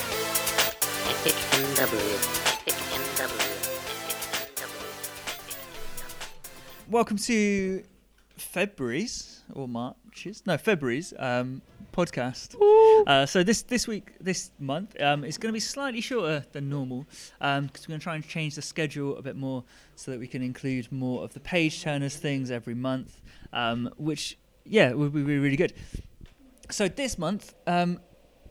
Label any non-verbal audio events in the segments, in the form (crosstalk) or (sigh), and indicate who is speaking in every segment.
Speaker 1: Epic MW. Epic MW. Epic
Speaker 2: Welcome to February's or March's, no February's um, podcast. Uh, so this this week, this month, um, it's going to be slightly shorter than normal because we're going to try and change the schedule a bit more so that we can include more of the page turners things every month, um, which yeah would be really good. So this month, um,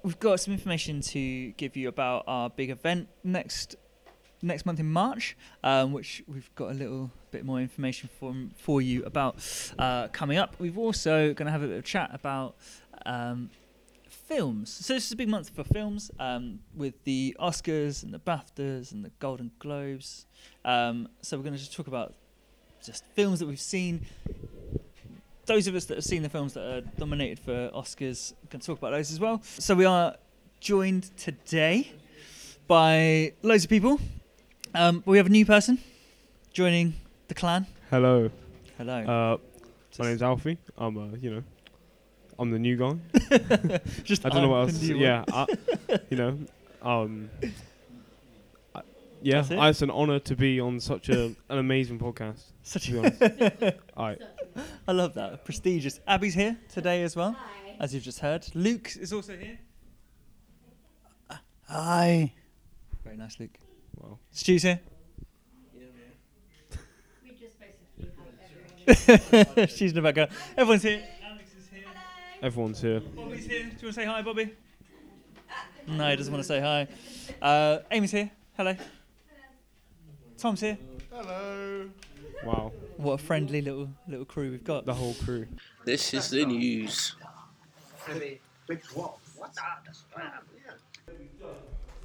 Speaker 2: we've got some information to give you about our big event next next month in March, um, which we've got a little bit more information from for you about uh, coming up. We've also going to have a bit of chat about um, films. So this is a big month for films, um, with the Oscars and the BAFTAs and the Golden Globes. Um, so we're going to just talk about just films that we've seen. Those of us that have seen the films that are nominated for Oscars can talk about those as well. So we are joined today by loads of people. Um, we have a new person joining the clan.
Speaker 3: Hello.
Speaker 2: Hello.
Speaker 3: Uh,
Speaker 2: Just-
Speaker 3: my name's Alfie. I'm, uh, you know, I'm the new guy.
Speaker 2: (laughs) just
Speaker 3: (laughs) I don't know what
Speaker 2: I'm
Speaker 3: else.
Speaker 2: the new one.
Speaker 3: Yeah, I, you know, um, I, yeah,
Speaker 2: That's it?
Speaker 3: it's an honor to be on such a an amazing podcast.
Speaker 2: Such
Speaker 3: To be
Speaker 2: a,
Speaker 3: honest.
Speaker 2: (laughs)
Speaker 3: All right.
Speaker 2: I love that. Prestigious. Abby's here today as well, as you've just heard. Luke is also here. Hi. Very nice, Luke.
Speaker 3: Wow.
Speaker 2: Stu's here.
Speaker 4: We just basically
Speaker 2: (laughs)
Speaker 4: have everyone.
Speaker 2: She's in the background. Everyone's here. Alex is here.
Speaker 3: Everyone's here.
Speaker 2: Bobby's here. Do you want to say hi, Bobby? No, he doesn't want to say hi. Uh, Amy's here. Hello. Tom's here.
Speaker 3: Wow.
Speaker 2: What a friendly little little crew we've got.
Speaker 3: The whole crew.
Speaker 5: This is the news.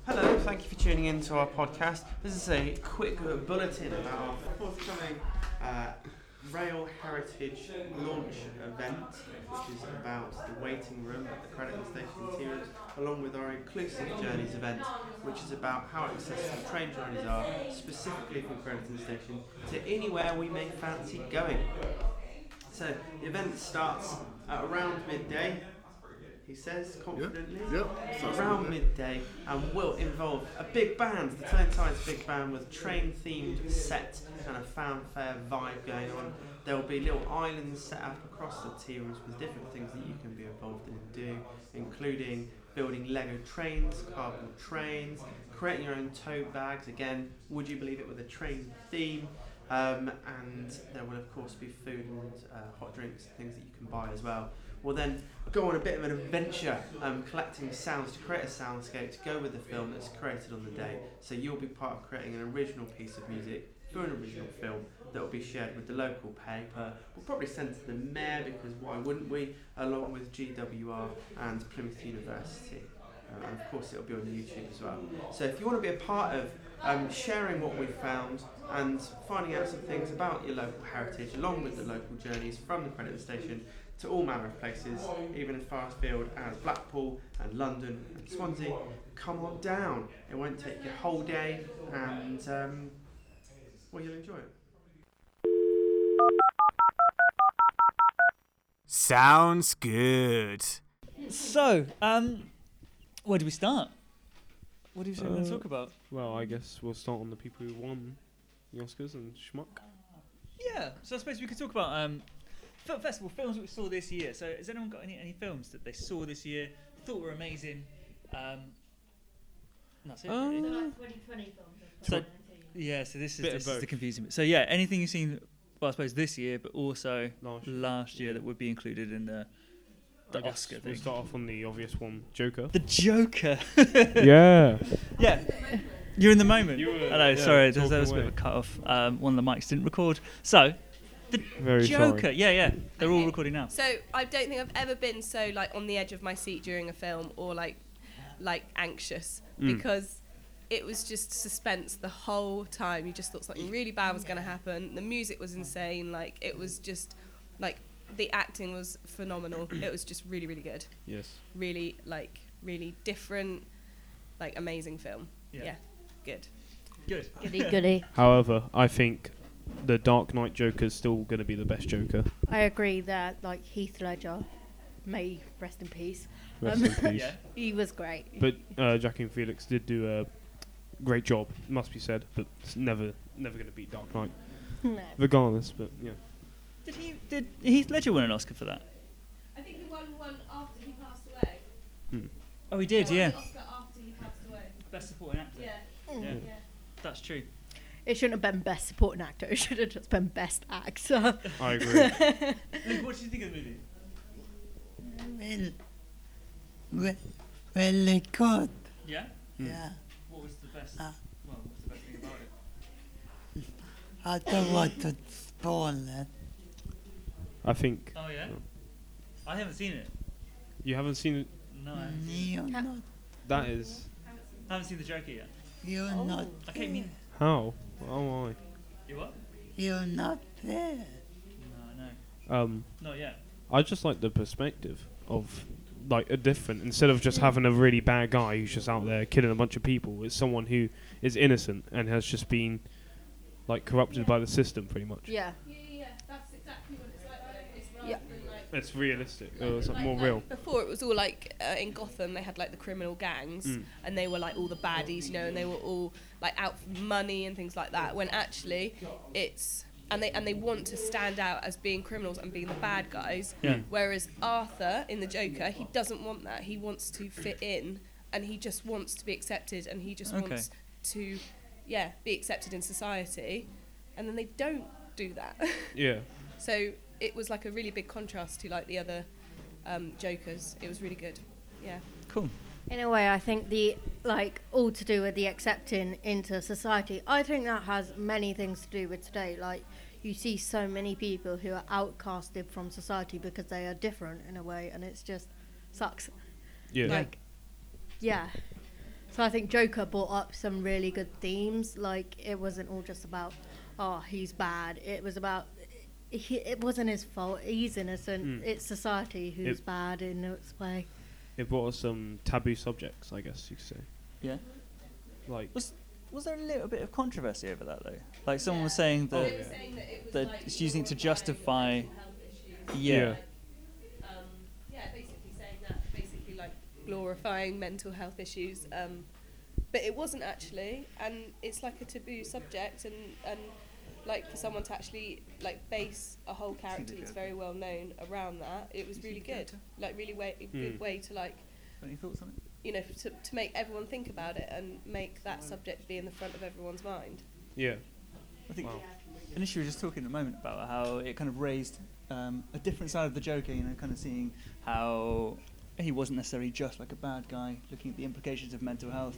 Speaker 6: Hello, thank you for tuning in to our podcast. This is a quick bulletin about our forthcoming uh, Rail Heritage launch event, which is about the waiting room at the Credit and Station Interiors, along with our Inclusive Journeys event, which is about how accessible train journeys are, specifically from Crediton Station to anywhere we may fancy going. So, the event starts at around midday, he says confidently.
Speaker 7: Yep. So
Speaker 6: around midday and will involve a big band. The Turntides Big Band with train themed set and a fanfare vibe going on. There will be little islands set up across the tea rooms with different things that you can be involved in and do, including building Lego trains, cardboard trains, creating your own tote bags. Again, would you believe it with a train theme? Um, and there will of course be food and uh, hot drinks, and things that you can buy as well. We'll then go on a bit of an adventure, um, collecting sounds to create a soundscape to go with the film that's created on the day. So you'll be part of creating an original piece of music for an original film that will be shared with the local paper. We'll probably send to the mayor because why wouldn't we? Along with GWR and Plymouth University. Uh, and of course, it'll be on YouTube as well. So if you want to be a part of um, sharing what we've found and finding out some things about your local heritage, along with the local journeys from the Credit Station, to all manner of places, even as far afield as Blackpool and London and Swansea. Come on down. It won't take your whole day, and um, well, you'll enjoy it.
Speaker 8: Sounds good.
Speaker 2: So, um, where do we start? What do you say we're going to
Speaker 3: Uh,
Speaker 2: talk about?
Speaker 3: Well, I guess we'll start on the people who won the Oscars and Schmuck.
Speaker 2: Yeah, so I suppose we could talk about um, film festival films we saw this year. So, has anyone got any, any films that they saw this year, thought were amazing? Um, and that's it. really.
Speaker 3: Um,
Speaker 4: So like 2020 films. or
Speaker 2: So-
Speaker 4: something, aren't you?
Speaker 2: Yeah, so this is,
Speaker 3: Bit of
Speaker 2: this is the
Speaker 3: both.
Speaker 2: confusing bit. So, yeah, anything you've seen, well, I suppose this year, but also
Speaker 3: Last year.
Speaker 2: last year that would be included in the the
Speaker 3: I guess
Speaker 2: Oscar
Speaker 3: We'll
Speaker 2: thing.
Speaker 3: start off on the obvious one,
Speaker 2: (laughs)
Speaker 3: Joker.
Speaker 2: the Joker.
Speaker 3: yeah.
Speaker 2: yeah. You're in the moment.
Speaker 3: You were,
Speaker 2: Hello,
Speaker 3: yeah,
Speaker 2: sorry, there was there
Speaker 3: talking
Speaker 2: was a bit of a
Speaker 3: away.
Speaker 2: cut off. Um, one of the mics didn't record. So,
Speaker 3: Very
Speaker 2: Joker.
Speaker 3: sorry.
Speaker 2: Yeah, yeah. They're all
Speaker 9: Okay.
Speaker 2: recording now.
Speaker 9: So I don't think I've ever been so like on the edge of my seat during a film or like like anxious
Speaker 3: Mm.
Speaker 9: because it was just suspense the whole time. You just thought something really bad was going to happen. The music was insane. Like it was just like the acting was phenomenal. it was just really really good.
Speaker 3: Yes.
Speaker 9: Really like really different like amazing film.
Speaker 2: Yeah.
Speaker 9: Yeah. Good.
Speaker 2: Good.
Speaker 7: Goody goody.
Speaker 3: However, I think the Dark Knight Joker is still going to be the best Joker.
Speaker 7: I agree that like Heath Ledger, may he rest in peace.
Speaker 3: Rest
Speaker 7: Um, (laughs)
Speaker 3: in peace.
Speaker 2: Yeah.
Speaker 7: He was great. (laughs)
Speaker 3: But uh, Joaquin Felix did do a great job, must be said. But it's never, never going to beat Dark Knight,
Speaker 7: no.
Speaker 3: regardless. But yeah,
Speaker 2: Did he? Did Heath Ledger win an Oscar for that?
Speaker 9: I think the one won after he passed away.
Speaker 2: Oh, he did. Yeah.
Speaker 9: Oscar after he passed away.
Speaker 2: Best supporting actor. Yeah. That's true.
Speaker 7: It shouldn't have been best supporting actor. It should have just been best actor.
Speaker 3: I
Speaker 7: (laughs)
Speaker 3: agree.
Speaker 2: Luke, what do you think of the movie?
Speaker 1: Well, well, well, God.
Speaker 2: Yeah. Hmm.
Speaker 1: Yeah.
Speaker 2: What was the best?
Speaker 1: Uh.
Speaker 2: well, what's the best thing about it?
Speaker 1: I don't want to spoil it.
Speaker 3: I think
Speaker 2: Oh yeah. I haven't seen it.
Speaker 3: you haven't seen it.
Speaker 2: No, I haven't seen
Speaker 1: You're
Speaker 7: Ca-
Speaker 1: not.
Speaker 3: That is
Speaker 2: it. I haven't seen the Joker yet.
Speaker 1: You're not.
Speaker 2: Oh, Okay, mean
Speaker 3: how. Oh
Speaker 2: you what?
Speaker 1: You're not there.
Speaker 2: No,
Speaker 3: my. Um,
Speaker 2: no, not yet.
Speaker 3: I just like the perspective of like a different instead of just having a really bad guy who's just out there killing a bunch of people. It's someone who is innocent and has just been like corrupted by the system, pretty much.
Speaker 7: yeah.
Speaker 9: Yeah, yeah, that's exactly what it's like. It's rather
Speaker 7: Yeah.
Speaker 9: than like
Speaker 3: It's realistic. Or it's like,
Speaker 9: Like-
Speaker 3: more
Speaker 9: like
Speaker 3: real.
Speaker 9: Before it was all like uh, in Gotham, they had like the criminal gangs,
Speaker 3: Mm.
Speaker 9: and they were like all the baddies, you know, and they were all like out for money and things like that. When actually, it's and they and they want to stand out as being criminals and being the bad guys.
Speaker 2: Yeah.
Speaker 9: Whereas Arthur in the Joker, he doesn't want that. He wants to fit in, and he just wants to be accepted, and he just
Speaker 2: Okay.
Speaker 9: wants to, yeah, be accepted in society, and then they don't do that. (laughs)
Speaker 3: Yeah.
Speaker 9: So it was like a really big contrast to like the other um, Jokers. It was really good. Yeah.
Speaker 2: Cool.
Speaker 7: In a way, I think the like all to do with the accepting into society. I think that has many things to do with today. Like you see so many people who are outcasted from society because they are different in a way, and it's just sucks.
Speaker 3: Yeah.
Speaker 7: Like, yeah. So I think Joker brought up some really good themes. Like it wasn't all just about, oh, he's bad. It was about, he, it wasn't his fault. He's innocent.
Speaker 3: Mm.
Speaker 7: It's society who's
Speaker 3: It-
Speaker 7: bad in its way.
Speaker 3: It brought us some taboo subjects, I guess you could say.
Speaker 2: Yeah.
Speaker 3: Like
Speaker 2: Was there a little bit of controversy over that though? Like someone was saying that
Speaker 3: yeah.
Speaker 9: saying that it was
Speaker 2: that it's using it to justify. Yeah.
Speaker 3: Yeah.
Speaker 9: Um, yeah, basically saying that, basically like glorifying mental health issues. Um, but it wasn't actually, and it's like a taboo subject, and and like for someone to actually like base a whole character that's very well known around that, it was really good. Like really way a
Speaker 3: Hmm.
Speaker 9: good way to like
Speaker 2: Any thoughts on it?
Speaker 9: you know to to make everyone think about it and make that subject be in the front of everyone's mind.
Speaker 3: yeah.
Speaker 2: I think
Speaker 3: Wow.
Speaker 2: initially we were just talking at the moment about how it kind of raised um, a different side of the Joker, you know, kind of seeing how he wasn't necessarily just like a bad guy, looking at the implications of mental health.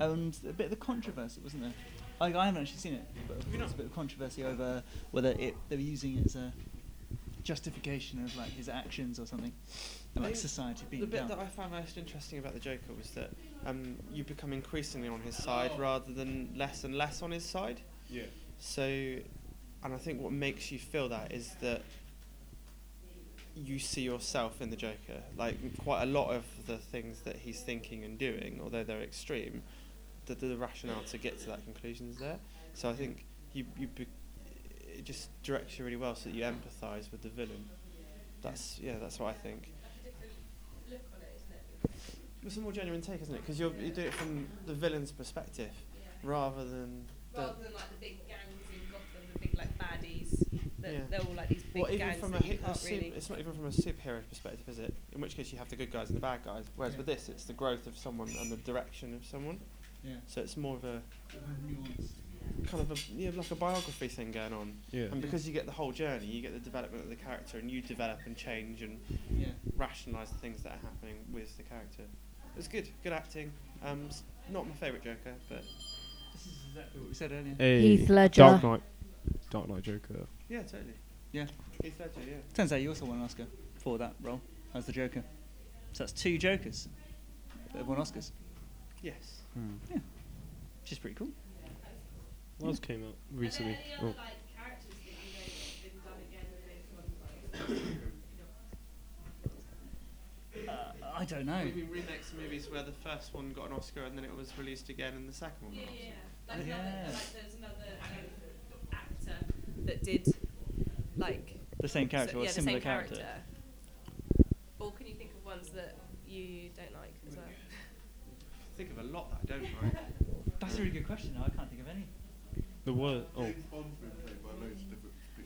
Speaker 2: And a bit of the controversy, wasn't there? Like, I haven't actually seen it, but there was a bit of controversy over whether it, they were using it as a justification of like his actions or something, and, like
Speaker 6: think
Speaker 2: society being
Speaker 6: The bit
Speaker 2: down.
Speaker 6: that I found most interesting about the Joker was that um, you become increasingly on his side rather than less and less on his side.
Speaker 3: Yeah.
Speaker 6: So, and I think what makes you feel that is that you see yourself in the Joker. Like quite a lot of the things that he's thinking and doing, although they're extreme, the, the rationale to get to that conclusion is there. So I think you you be, it just directs you really well, so that you empathise with the villain. That's yeah, that's what I think. It's a more genuine take, isn't it? Because you do it from the villain's perspective, rather than the,
Speaker 9: rather than like the big gangs in Gotham, the big like baddies. That
Speaker 6: Yeah.
Speaker 9: They're all like these big
Speaker 6: Well, even
Speaker 9: gangs
Speaker 6: from a,
Speaker 9: that
Speaker 6: hi-
Speaker 9: you
Speaker 6: a
Speaker 9: can't
Speaker 6: sup-
Speaker 9: really.
Speaker 6: it's not even from a superhero perspective, is it? In which case you have the good guys and the bad guys. Whereas
Speaker 2: Yeah.
Speaker 6: with this, it's the growth of someone and the direction of someone.
Speaker 2: yeah.
Speaker 6: So it's more of a kind of a yeah, like a biography thing going on.
Speaker 3: Yeah.
Speaker 6: And because you get the whole journey, you get the development of the character, and you develop and change and
Speaker 2: yeah.
Speaker 6: rationalise the things that are happening with the character. It's good, good acting. Um, s- not my favourite Joker, but
Speaker 2: This is exactly what we said earlier.
Speaker 3: Hey,
Speaker 7: Heath Ledger.
Speaker 3: Dark Knight. Dark Knight Joker.
Speaker 6: yeah, totally.
Speaker 2: Yeah.
Speaker 6: Heath Ledger, yeah.
Speaker 2: Turns out you also won an Oscar for that role as the Joker. So that's two Jokers that have won Oscars.
Speaker 6: Yes.
Speaker 2: which is pretty cool.
Speaker 3: What else came out recently? Oh.
Speaker 2: Uh, I don't know.
Speaker 6: We remix movies where the first one got an Oscar and then it was released again and the second one. got an Oscar.
Speaker 9: Like,
Speaker 2: Oh, Yeah.
Speaker 9: another, like there's another um, actor that did like
Speaker 2: The same character
Speaker 9: so,
Speaker 2: or a
Speaker 9: yeah, the
Speaker 2: similar
Speaker 9: same
Speaker 2: character.
Speaker 9: character. Or can you think of ones that you don't like as well?
Speaker 6: Think of a lot that I don't like.
Speaker 2: That's a really good question. I can't think of any.
Speaker 3: The word. Oh.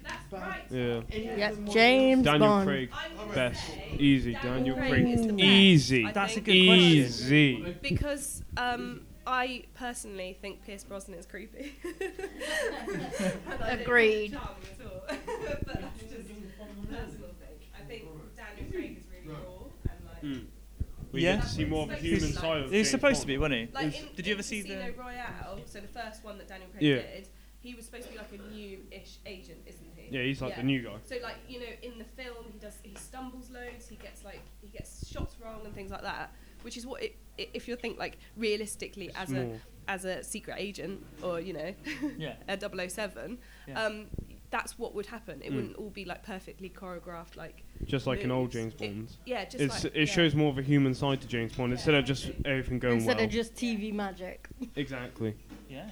Speaker 9: That's right.
Speaker 3: Yeah.
Speaker 7: Yes, James
Speaker 3: Daniel
Speaker 7: Bond.
Speaker 3: Craig.
Speaker 9: I would
Speaker 3: Best.
Speaker 9: say
Speaker 3: Easy. Daniel Craig.
Speaker 9: is the best.
Speaker 3: Easy.
Speaker 9: I
Speaker 2: That's a
Speaker 9: think.
Speaker 2: good question.
Speaker 3: Easy.
Speaker 9: Because um, I personally think Pierce Brosnan is creepy. (laughs) And I don't
Speaker 7: Agreed.
Speaker 9: think he's charming at all. (laughs) but that's just a personal thing. I think Daniel Craig is really raw and like.
Speaker 3: Mm. We
Speaker 2: Yeah.
Speaker 3: get to see more of a human side of
Speaker 2: He was
Speaker 3: James
Speaker 2: supposed to
Speaker 3: Bond.
Speaker 2: be, wasn't he?
Speaker 9: Like
Speaker 2: It was-
Speaker 9: in,
Speaker 2: did you
Speaker 9: in
Speaker 2: ever see
Speaker 9: Casino
Speaker 2: the?
Speaker 9: Royale? So the first one that Daniel Craig
Speaker 3: Yeah.
Speaker 9: did, he was supposed to be like a new-ish agent, isn't he?
Speaker 3: Yeah, he's like the new guy.
Speaker 9: So like you know, in the film, he does he stumbles loads, he gets like he gets shots wrong and things like that, which is what it, i if you think like realistically as
Speaker 3: Small.
Speaker 9: a as a secret agent or you know (laughs)
Speaker 2: Yeah.
Speaker 9: a 007,
Speaker 2: Yeah.
Speaker 9: um, that's what would happen. It
Speaker 3: Mm.
Speaker 9: wouldn't all be like perfectly choreographed like
Speaker 3: Just like an old James
Speaker 9: moves. It-
Speaker 3: Bond.
Speaker 9: yeah. Just
Speaker 3: It's,
Speaker 9: like,
Speaker 3: it
Speaker 9: yeah.
Speaker 3: shows more of a human side to James Bond instead of just everything going
Speaker 7: Instead
Speaker 3: well.
Speaker 7: of just TV magic.
Speaker 3: exactly.
Speaker 2: Yeah.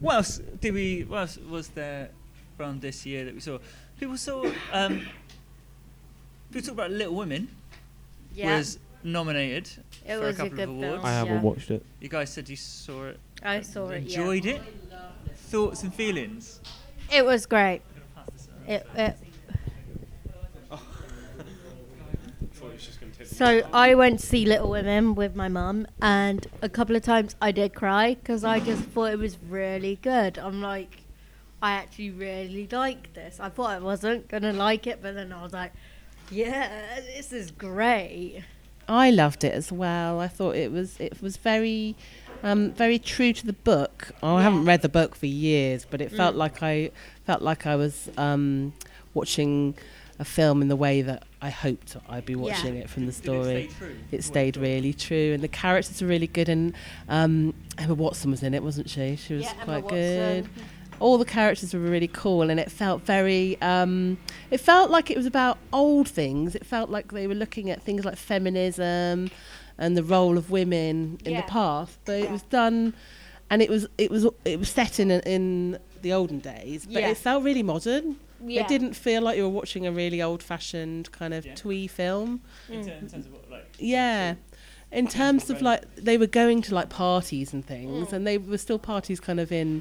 Speaker 2: What else did we? What else was there from this year that we saw? People saw. Um, people talk about Little Women
Speaker 7: Yeah,
Speaker 2: was nominated.
Speaker 7: it
Speaker 2: for a
Speaker 7: was a,
Speaker 2: couple of
Speaker 7: good
Speaker 2: awards.
Speaker 7: film.
Speaker 2: I
Speaker 7: yeah.
Speaker 3: watched it.
Speaker 2: You guys said you saw it.
Speaker 7: I saw it. yeah.
Speaker 2: Enjoyed it. Thoughts and feelings.
Speaker 7: It was great. It, it, so I went to see Little Women with my mum, and a couple of times I did cry because I just thought it was really good. I'm like, I actually really like this. I thought I wasn't gonna like it, but then I was like, yeah, this is great.
Speaker 10: I loved it as well. I thought it was it was very um, very true to the book. Oh, I haven't read the book for years, but it felt like I felt like I was um, watching a film in the way that I hoped I'd be watching it from the story.
Speaker 2: Did it stay true?
Speaker 10: It stayed really true, and the characters are really good. And um, Emma Watson was in it, wasn't she? She was
Speaker 7: yeah, Emma
Speaker 10: quite good.
Speaker 7: Watson.
Speaker 10: All the characters were really cool, and it felt very. Um, it felt like it was about old things. It felt like they were looking at things like feminism and the role of women in
Speaker 7: Yeah.
Speaker 10: the past, but it
Speaker 7: Yeah.
Speaker 10: was done, and it was it was it was set in in the olden days, but
Speaker 7: Yeah.
Speaker 10: it felt really modern.
Speaker 7: Yeah.
Speaker 10: It didn't feel like you were watching a really old-fashioned kind of
Speaker 2: Yeah.
Speaker 10: twee film.
Speaker 2: In ter- in terms of what, like,
Speaker 10: Yeah. In terms of like they were going to like parties and things and they were still parties kind of in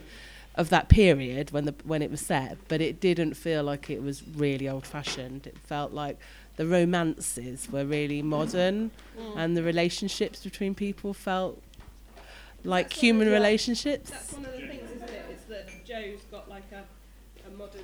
Speaker 10: of that period when the when it was set, but it didn't feel like it was really old fashioned. It felt like the romances were really modern and the relationships between people felt like
Speaker 9: That's what-
Speaker 10: human
Speaker 9: yeah.
Speaker 10: relationships.
Speaker 9: That's one of the things, isn't it? Is that Joe's got like a, a modern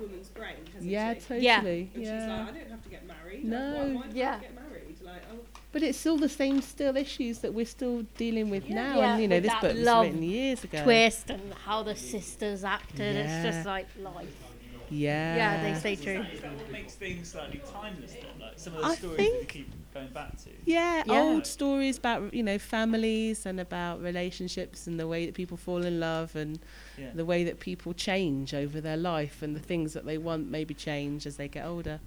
Speaker 9: woman's brain, hasn't
Speaker 10: yeah,
Speaker 9: she?
Speaker 7: Yeah.
Speaker 10: totally.
Speaker 9: and
Speaker 10: yeah.
Speaker 9: she's like, I don't have to get married.
Speaker 10: No,
Speaker 9: Why, why do I
Speaker 7: yeah.
Speaker 9: have to get married? Like, oh,
Speaker 10: But it's still the same still issues that we're still dealing with now
Speaker 7: Yeah,
Speaker 10: and you know
Speaker 7: with
Speaker 10: this
Speaker 7: that
Speaker 10: book was
Speaker 7: love
Speaker 10: written years ago.
Speaker 7: Twist and how the sisters acted.
Speaker 10: Yeah.
Speaker 7: It's just like life.
Speaker 10: Yeah.
Speaker 7: Yeah, they stay true.
Speaker 2: Is that what makes things slightly timeless? Then? Like some of the
Speaker 10: I
Speaker 2: stories that we
Speaker 10: think-
Speaker 2: keep going back to.
Speaker 10: Yeah,
Speaker 7: Yeah.
Speaker 10: old stories about you know families and about relationships and the way that people fall in love and
Speaker 2: Yeah.
Speaker 10: the way that people change over their life and the things that they want maybe change as they get older.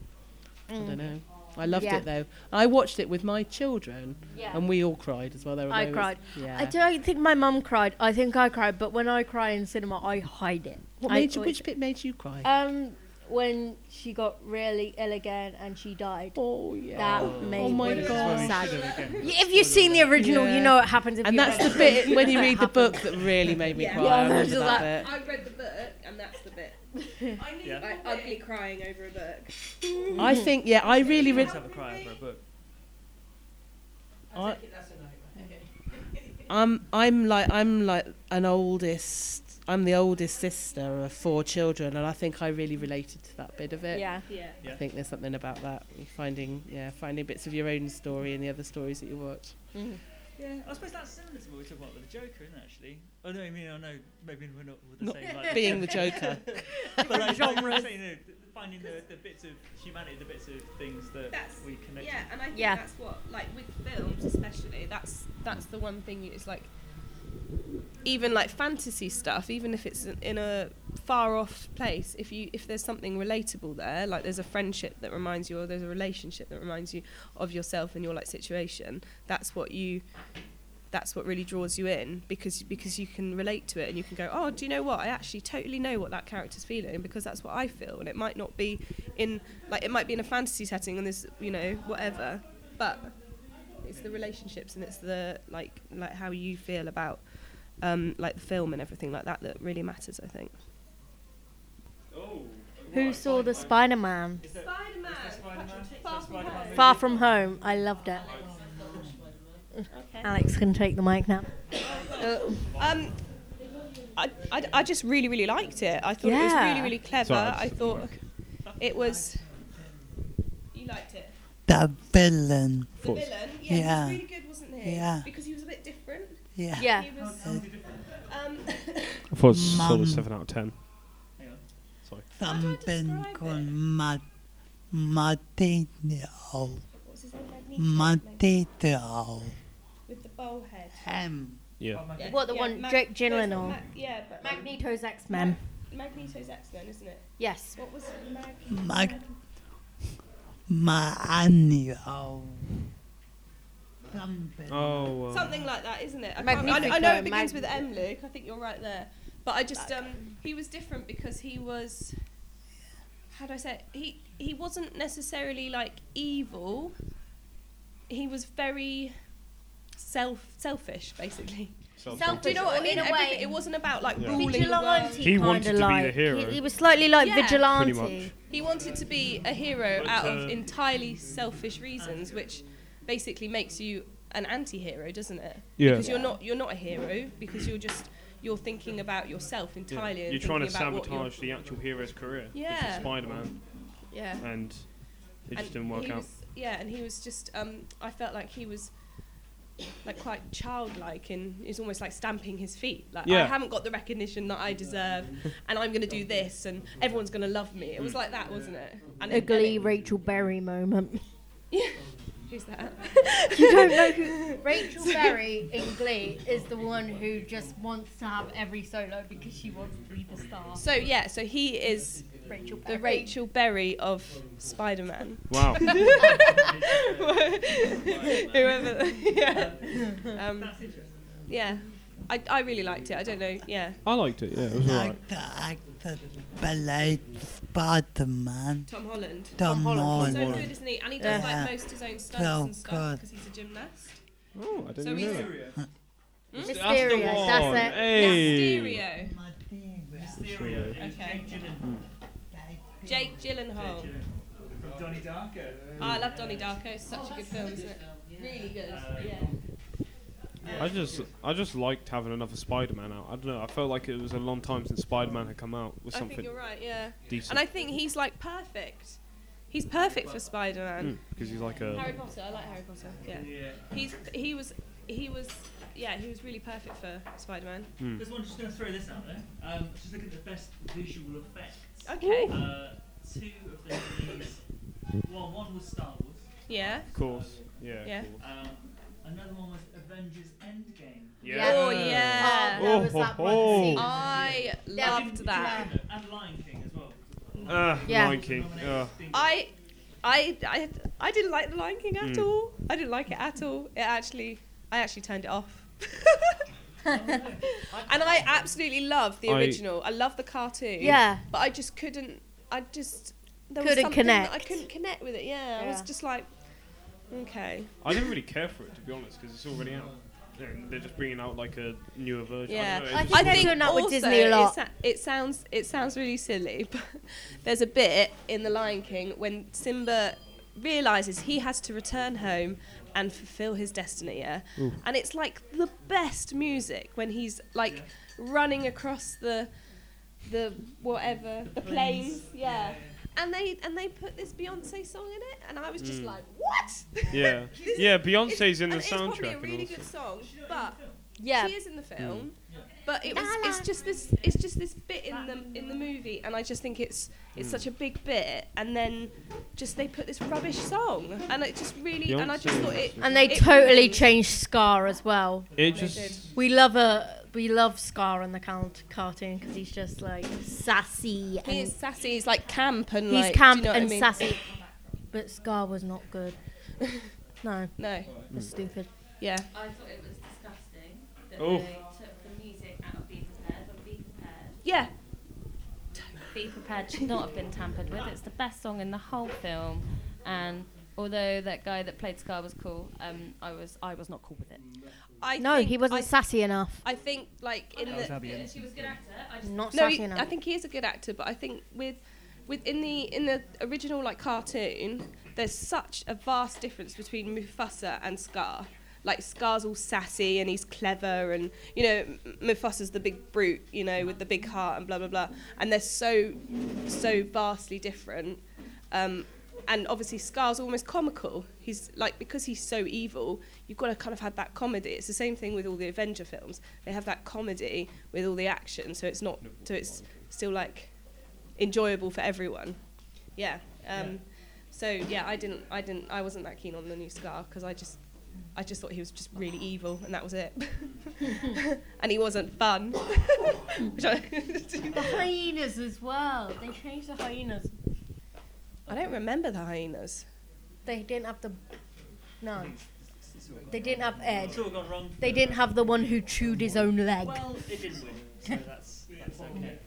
Speaker 10: I don't know. I loved
Speaker 7: Mm. Yeah.
Speaker 10: it though. I watched it with my children
Speaker 7: Yeah.
Speaker 10: and we all cried as well. There were
Speaker 7: I
Speaker 10: moments-
Speaker 7: cried.
Speaker 10: Yeah.
Speaker 7: I don't think my mum cried. I think I cried, but when I cry in cinema, I hide it.
Speaker 10: what
Speaker 7: I
Speaker 10: made you,
Speaker 7: always-
Speaker 10: which bit made you cry?
Speaker 7: Um, when she got really ill again and she died.
Speaker 10: oh yeah.
Speaker 7: That made
Speaker 10: oh my
Speaker 7: me
Speaker 10: god.
Speaker 7: sad. Y- If you've seen the original, you
Speaker 10: Yeah.
Speaker 7: know what happens. If
Speaker 10: And
Speaker 7: you
Speaker 10: that's the
Speaker 7: read it.
Speaker 10: bit when you
Speaker 7: It
Speaker 10: read the
Speaker 7: happens.
Speaker 10: book that really made me
Speaker 9: Yeah.
Speaker 10: cry.
Speaker 7: Yeah, I
Speaker 10: I remember
Speaker 7: was just
Speaker 10: that
Speaker 7: like,
Speaker 10: bit.
Speaker 9: I read the book, and that's
Speaker 2: (laughs)
Speaker 9: the bit. I
Speaker 2: Yeah.
Speaker 9: like ugly crying over a book.
Speaker 10: I think yeah, I really, really
Speaker 2: Let's have a cry over a book.
Speaker 10: I, I'm I'm like I'm like an oldest. I'm the oldest sister of four children, and I think I really related to that bit of it.
Speaker 7: Yeah.
Speaker 9: Yeah.
Speaker 10: I think there's
Speaker 7: Mm-hmm.
Speaker 10: something about that finding yeah finding bits of your own story and the other stories that you watch.
Speaker 2: Yeah, I suppose that's similar to what we talked about with the Joker, isn't it, actually? Oh, no, I mean, I know, maybe we're not with the
Speaker 10: Not
Speaker 2: same... Like,
Speaker 10: being the Joker.
Speaker 2: (laughs) but like,
Speaker 10: Genres.
Speaker 2: genres. Saying, you know, th- finding the, the bits of humanity, the bits of things that
Speaker 9: That's-
Speaker 2: we connect
Speaker 9: Yeah,
Speaker 2: with.
Speaker 9: and I think
Speaker 7: Yeah.
Speaker 9: that's what like with films especially. That's that's the one thing. You, it's like even like fantasy stuff. Even if it's in- in a far off place, if you if there's something relatable there, like there's a friendship that reminds you, or there's a relationship that reminds you of yourself and your like situation. That's what you. That's what really draws you in because because you can relate to it and you can go, oh, do you know what? I actually totally know what that character's feeling because that's what I feel, and it might not be in like it might be in a fantasy setting and there's you know whatever but it's the relationships and it's the like like how you feel about um, like the film and everything like that that really matters I think
Speaker 7: Who saw the Spider Man?
Speaker 9: Spider-Man
Speaker 7: Far From Home. I loved it. Alex can take the mic now.
Speaker 9: um I, I, I just really really liked it I thought it was
Speaker 7: Yeah.
Speaker 9: really really clever
Speaker 3: Sorry, I
Speaker 9: I
Speaker 3: just-
Speaker 9: thought it was you liked it
Speaker 1: The villain.
Speaker 9: the villain yeah, he was
Speaker 1: Yeah.
Speaker 9: really good wasn't he
Speaker 1: Yeah.
Speaker 9: because he was a bit different
Speaker 1: Yeah.
Speaker 7: Yeah.
Speaker 9: he was um (coughs)
Speaker 3: I thought it was
Speaker 1: Mum.
Speaker 3: solid seven out of ten.
Speaker 1: Something
Speaker 9: describe
Speaker 1: called Ma- Mateo.
Speaker 9: what was his name Magneto
Speaker 1: Mateo.
Speaker 9: with the bowl head
Speaker 1: M.
Speaker 3: Yeah.
Speaker 9: Yeah,
Speaker 7: What, the
Speaker 9: yeah,
Speaker 7: one
Speaker 9: Mag-
Speaker 7: Jake Gyllenhaal?
Speaker 9: no, it's not Mag- yeah, but um,
Speaker 7: Magneto's X Men.
Speaker 9: Magneto's X Men, isn't it?
Speaker 7: Yes.
Speaker 9: What was it? Mag-
Speaker 1: Mag- Maanio. Something.
Speaker 3: Oh. Uh,
Speaker 9: Something like that, isn't it? I, can't, I, I know it begins with M, Luke. I think you're right there. But I just um, he was different because he was. How do I say it? He he wasn't necessarily like evil. He was very self selfish, basically.
Speaker 7: Selfish.
Speaker 9: Do you know what I mean?
Speaker 7: In a way.
Speaker 9: Everything- It wasn't about like
Speaker 3: Yeah.
Speaker 9: ruling the world.
Speaker 7: Vigilante.
Speaker 3: He wanted
Speaker 7: kinda
Speaker 3: to be the
Speaker 7: like.
Speaker 3: hero.
Speaker 7: He, he was slightly like
Speaker 9: Yeah.
Speaker 7: vigilante.
Speaker 3: Pretty much.
Speaker 9: He wanted to be a hero
Speaker 3: But,
Speaker 9: out of
Speaker 3: uh,
Speaker 9: entirely selfish reasons, which basically makes you an anti-hero, doesn't it?
Speaker 3: Yeah.
Speaker 9: Because you're not you're not a hero because you're just you're thinking about yourself entirely. And
Speaker 3: You're trying to
Speaker 9: thinking about what
Speaker 3: sabotage the actual hero's career.
Speaker 9: which is Yeah.
Speaker 3: Spider Man,
Speaker 9: You're, yeah.
Speaker 3: and it just
Speaker 9: And
Speaker 3: didn't work
Speaker 9: he
Speaker 3: out.
Speaker 9: Was, yeah, and he was just. Um, I felt like he was like quite childlike and is almost like stamping his feet. Like I
Speaker 3: Yeah.
Speaker 9: haven't got the recognition that I deserve, and I'm going to do this, and everyone's going to love me. It was
Speaker 3: Mm.
Speaker 9: like that, wasn't it? And it-
Speaker 7: A
Speaker 9: and
Speaker 7: Glee
Speaker 9: it-
Speaker 7: Rachel Berry (laughs) moment.
Speaker 9: Who's that?
Speaker 7: you don't know who (laughs) Rachel Berry in Glee is the one who just wants to have every solo because she wants to be the star.
Speaker 9: So yeah, so he is
Speaker 7: Rachel
Speaker 9: the Rachel Berry of Spider-Man.
Speaker 3: (laughs) Wow.
Speaker 9: Whoever, yeah, um, yeah. I, I really liked it. I don't know. Yeah,
Speaker 3: I liked it. Yeah, it was alright.
Speaker 1: Like the actor played Spider Man.
Speaker 9: Tom Holland.
Speaker 1: Tom
Speaker 9: He's so
Speaker 1: Holland.
Speaker 9: good, isn't he? And he does
Speaker 1: Yeah.
Speaker 9: like most of his own stunts
Speaker 1: Oh,
Speaker 9: and
Speaker 1: God.
Speaker 9: stuff because he's a gymnast.
Speaker 3: Oh, I didn't
Speaker 9: So
Speaker 3: even know.
Speaker 9: he's-
Speaker 3: that.
Speaker 7: Mysterio.
Speaker 3: one.
Speaker 7: That's it.
Speaker 3: Hey.
Speaker 9: Mysterio.
Speaker 1: Mateo.
Speaker 9: Okay. Jake Gyllenhaal. Oh,
Speaker 2: Donnie Darko.
Speaker 9: I love Donnie Darko. It's such a good film, isn't it? Really good. Yeah.
Speaker 3: I just, I just liked having another Spider-Man out. I don't know. I felt like it was a long time since Spider-Man had come out with
Speaker 9: I
Speaker 3: something
Speaker 9: think you're right. Yeah.
Speaker 3: decent.
Speaker 9: And I think he's like perfect. He's perfect for Spider-Man.
Speaker 3: because Hmm, he's like a.
Speaker 9: Harry Potter. I like Harry Potter. Yeah. He's he was he was yeah he was really perfect for Spider Man.
Speaker 2: There's one, just going to throw this out there. Um, just look at the best visual effects.
Speaker 9: Okay.
Speaker 2: Uh, two of the movies. Well, one was Star Wars.
Speaker 9: Yeah.
Speaker 3: Of course. Yeah.
Speaker 9: Yeah.
Speaker 3: of course.
Speaker 2: Um, another one was Avengers Endgame.
Speaker 7: Yeah.
Speaker 9: Oh yeah.
Speaker 7: there was that
Speaker 3: Oh,
Speaker 7: one scene.
Speaker 9: I loved that.
Speaker 2: And Lion King as well.
Speaker 3: Ah,
Speaker 7: Yeah.
Speaker 3: Lion King. Ah.
Speaker 9: I. I, I, I didn't like The Lion King at
Speaker 3: Mm.
Speaker 9: all. I didn't like it at all. It actually, I actually turned it
Speaker 7: (laughs)
Speaker 9: off. and I absolutely love the
Speaker 3: I-
Speaker 9: original. I, love the cartoon.
Speaker 7: Yeah.
Speaker 9: But I just couldn't. I just there was
Speaker 7: Couldn't
Speaker 9: something that I
Speaker 7: connect.
Speaker 9: couldn't connect with it. Yeah, I was
Speaker 7: Yeah.
Speaker 9: just like, okay.
Speaker 3: I didn't really care for it to be honest because it's already out. And they're just bringing out like a newer version.
Speaker 9: Yeah,
Speaker 3: I, don't know,
Speaker 7: I
Speaker 3: it
Speaker 7: think
Speaker 3: just-
Speaker 7: they're doing that with
Speaker 9: also
Speaker 7: Disney a lot.
Speaker 9: It, sa- it sounds it sounds really silly, (laughs) but there's a bit in The Lion King when Simba realizes he has to return home and fulfill his destiny. Yeah, and it's like the best music when he's like running across the the whatever the plains. Yeah. and they and they put this Beyonce song in it, and I was just
Speaker 3: Mm.
Speaker 9: like, what? (laughs)
Speaker 3: Yeah.
Speaker 9: This
Speaker 3: Yeah,
Speaker 9: is-
Speaker 3: Beyonce's
Speaker 9: it's-
Speaker 3: in the
Speaker 9: and it's probably
Speaker 3: soundtrack
Speaker 9: a
Speaker 3: and
Speaker 9: really
Speaker 3: all
Speaker 9: good song, but
Speaker 7: Yeah.
Speaker 9: she is in the
Speaker 11: Mm.
Speaker 9: film. But it was it's just this it's just this bit in the in the movie, and I just think it's it's
Speaker 3: Mm.
Speaker 9: such a big bit, and then just they put this rubbish song, and it just really and I just
Speaker 3: Beyonce
Speaker 9: thought
Speaker 3: is-
Speaker 9: it
Speaker 7: And they
Speaker 9: it
Speaker 7: totally
Speaker 9: really-
Speaker 7: changed Scar as well.
Speaker 3: It
Speaker 9: They
Speaker 3: just.
Speaker 9: did.
Speaker 7: We love a we love Scar in the count, cartoon because he's just like sassy and
Speaker 9: He is sassy. He's like camp and
Speaker 7: he's
Speaker 9: like. do you
Speaker 7: camp
Speaker 9: know what I
Speaker 7: and
Speaker 11: (coughs)
Speaker 9: mean?
Speaker 7: sassy. But Scar was not good.
Speaker 11: (laughs)
Speaker 7: No,
Speaker 9: No.
Speaker 7: that's stupid.
Speaker 9: Yeah.
Speaker 4: I thought it was disgusting that
Speaker 3: Oh.
Speaker 4: they took the music out of Be Prepared on Be Prepared.
Speaker 9: Yeah.
Speaker 11: Be Prepared should not have been tampered with. It's the best song in the whole film, and although that guy that played Scar was cool, um, I was I was not cool with it.
Speaker 9: I
Speaker 7: no,
Speaker 9: think,
Speaker 7: he wasn't sassy enough.
Speaker 9: I think like in
Speaker 11: That
Speaker 9: the
Speaker 11: was Abby, She was a good actor. I just
Speaker 7: Not
Speaker 9: no,
Speaker 7: sassy
Speaker 9: he-
Speaker 7: enough.
Speaker 9: I think he is a good actor, but I think with with in the in the original like cartoon, there's such a vast difference between Mufasa and Scar. Like Scar's all sassy and he's clever, and you know M- Mufasa's the big brute, you know, with the big heart and blah blah blah. And they're so so vastly different. Um, and obviously Scar's almost comical. He's like because he's so evil, you've got to kind of have that comedy. It's the same thing with all the Avenger films. They have that comedy with all the action, so it's not so it's still like enjoyable for everyone. Yeah. Um, So yeah, I didn't, I didn't, I wasn't that keen on the new Scar because I just, I just thought he was just really evil and that was it. (laughs) and he wasn't fun. (laughs) Which I, (laughs)
Speaker 7: the hyenas as well. They changed the hyenas.
Speaker 9: I don't remember the hyenas.
Speaker 7: They didn't have the no. They didn't have Ed.
Speaker 2: It's all gone wrong.
Speaker 7: They didn't have the one who chewed his own leg.
Speaker 2: Well, it didn't win, so that's, that's okay.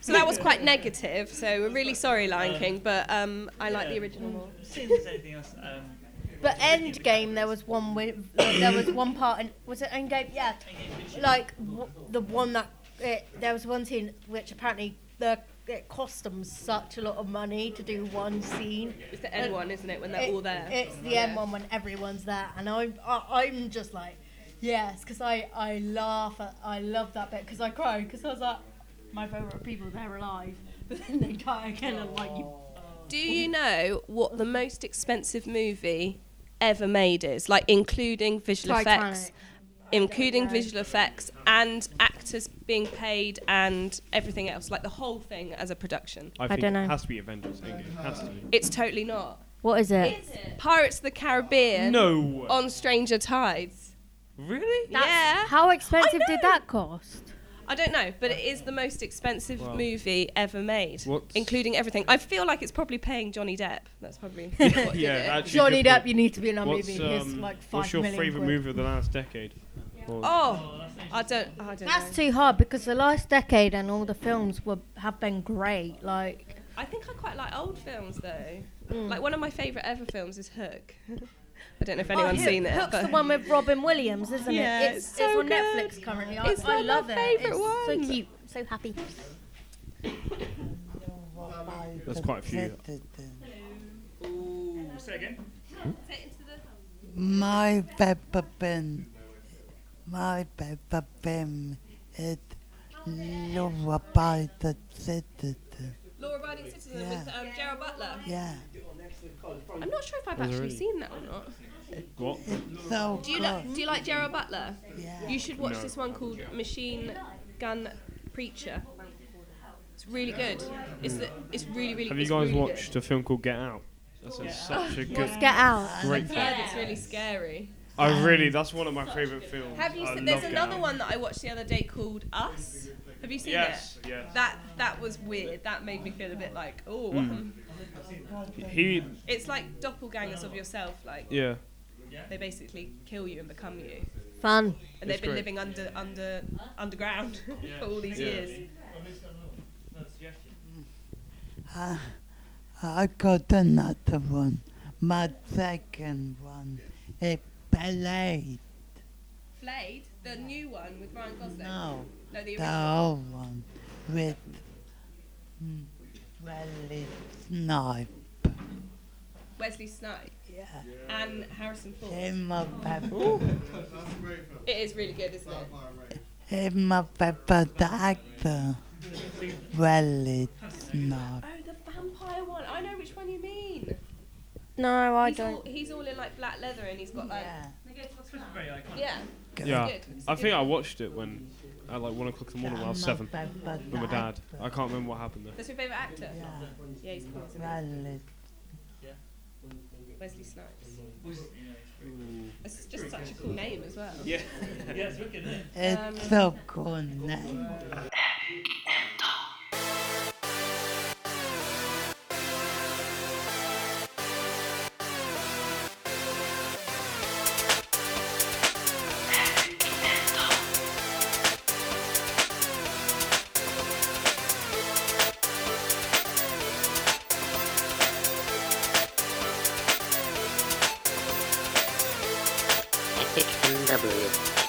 Speaker 9: So that was quite negative. So we're really sorry, Lion King, but um, I like the
Speaker 2: Yeah.
Speaker 9: original more.
Speaker 2: See if there's anything else. Um,
Speaker 7: But Endgame, there was one with there was one part, and was it Endgame? Yeah, like w- the one that it, there was one scene which apparently the it cost them such a lot of money to do one scene.
Speaker 9: It's the end one, isn't it? When they're
Speaker 7: It-
Speaker 9: all there.
Speaker 7: It's the
Speaker 9: Yeah.
Speaker 7: end one when everyone's there, and I'm I, I'm just like, yes, because I I laugh at I love that bit because I cry because I was like, my favorite people they're alive, (laughs) but then they die again, and I'm like you.
Speaker 9: Do you know what the most expensive movie ever made is? Like, including visual
Speaker 7: Titanic.
Speaker 9: effects, including visual effects, and actors being paid and everything else. Like, the whole thing as a production.
Speaker 3: I, think
Speaker 7: don't know.
Speaker 3: It has to be Avengers Endgame. Has to be.
Speaker 9: It's totally not.
Speaker 7: What is it?
Speaker 9: It's Pirates of the Caribbean
Speaker 3: No way.
Speaker 9: on Stranger Tides. (laughs)
Speaker 3: Really? (laughs)
Speaker 7: That's-
Speaker 9: yeah.
Speaker 7: How expensive
Speaker 9: I
Speaker 7: did
Speaker 9: know.
Speaker 7: that cost?
Speaker 9: I don't know, but it is the most expensive
Speaker 3: Wow.
Speaker 9: movie ever made,
Speaker 3: What's-
Speaker 9: including everything. I feel like it's probably paying Johnny Depp. That's probably
Speaker 3: (laughs)
Speaker 9: what did
Speaker 3: Yeah,
Speaker 9: it.
Speaker 3: actually.
Speaker 7: Johnny
Speaker 3: good point.
Speaker 7: Depp, you need to be in our
Speaker 3: What's,
Speaker 7: movie. Here's
Speaker 3: um,
Speaker 7: like five
Speaker 3: what's your
Speaker 7: million
Speaker 3: favourite
Speaker 7: quid.
Speaker 3: movie of the last decade? Or-
Speaker 9: Oh, I don't. I don't
Speaker 7: That's
Speaker 9: know.
Speaker 7: too hard because the last decade and all the films were have been great. Like
Speaker 9: I think I quite like old films though.
Speaker 3: Mm.
Speaker 9: Like one of my favourite ever films is Hook. (laughs) I don't know if anyone's seen it,
Speaker 7: Oh, Hook's
Speaker 9: but
Speaker 7: the one with Robin Williams, isn't
Speaker 9: Yeah,
Speaker 7: it? It's,
Speaker 9: it's so
Speaker 7: on
Speaker 9: good.
Speaker 7: Netflix currently. I,
Speaker 9: It's
Speaker 7: I
Speaker 9: like my
Speaker 7: love it.
Speaker 9: favourite
Speaker 7: it's
Speaker 9: one.
Speaker 7: So cute. So happy.
Speaker 3: There's quite a few.
Speaker 2: ooh, say again.
Speaker 1: My pepper pen, my pepper pen, it love by the citizen.
Speaker 9: Law Abiding Citizen
Speaker 1: with,
Speaker 9: with um, Gerald Butler.
Speaker 1: Yeah,
Speaker 9: I'm not sure if I've
Speaker 3: Was it
Speaker 9: actually
Speaker 3: really?
Speaker 9: seen that or not.
Speaker 3: (laughs) What?
Speaker 1: so
Speaker 9: Do you like
Speaker 1: good.
Speaker 9: Do you like Gerald Butler?
Speaker 1: Yeah.
Speaker 9: You should watch
Speaker 3: No.
Speaker 9: this one called Machine Gun Preacher. It's really good. It's the, It's really really.
Speaker 3: Have you
Speaker 9: it's
Speaker 3: guys
Speaker 9: really good.
Speaker 3: watched a film called Get Out? That's a, such a good,
Speaker 7: Let's get out.
Speaker 3: great film.
Speaker 9: Yeah, it's really scary.
Speaker 3: I really, that's one of my favourite films.
Speaker 9: Have you?
Speaker 3: I
Speaker 9: Seen, there's
Speaker 3: love Get
Speaker 9: another
Speaker 3: Out.
Speaker 9: one that I watched the other day called Us. Have you seen
Speaker 3: Yes,
Speaker 9: it?
Speaker 3: yes.
Speaker 9: That that was weird. That made me feel a bit like, oh,
Speaker 3: Hmm. He,
Speaker 9: it's like doppelgangers of yourself. Like
Speaker 3: yeah.
Speaker 9: they basically kill you and become you, and
Speaker 7: Fun.
Speaker 3: It's
Speaker 9: they've been
Speaker 3: great.
Speaker 9: living under under underground (laughs) for all these
Speaker 3: Yeah.
Speaker 9: years.
Speaker 1: Uh, I got another one. My second one, a ballet.
Speaker 9: Flayed, the new one with Ryan Gosling.
Speaker 1: No,
Speaker 9: No, the
Speaker 1: the old one with mm, Wesley Snipe.
Speaker 9: Wesley Snipes
Speaker 1: Yeah,
Speaker 9: and Harrison Ford.
Speaker 1: Emma Pepper.
Speaker 9: It is really good, isn't it?
Speaker 1: Emma Pepper, the actor. Wesley Snipe.
Speaker 9: Oh, the vampire one.
Speaker 12: No, I
Speaker 9: he's
Speaker 12: don't.
Speaker 9: All, he's all in like black leather and he's got like. Yeah. Yeah.
Speaker 3: yeah,
Speaker 9: It's good. It's
Speaker 3: I
Speaker 9: good.
Speaker 3: think I watched it when at like one o'clock in the morning when I was
Speaker 7: I'm
Speaker 3: seven
Speaker 7: not bad, but
Speaker 3: with my
Speaker 7: not
Speaker 3: dad.
Speaker 7: bad.
Speaker 3: I can't remember what happened though.
Speaker 9: That's your favourite actor? Yeah. he's cool. Isn't he?
Speaker 7: Well,
Speaker 9: Wesley Snipes. It's just such a cool name as well.
Speaker 2: Yeah. Yeah, it's wicked, isn't
Speaker 9: Um,
Speaker 7: it's so cool name.
Speaker 1: XNW.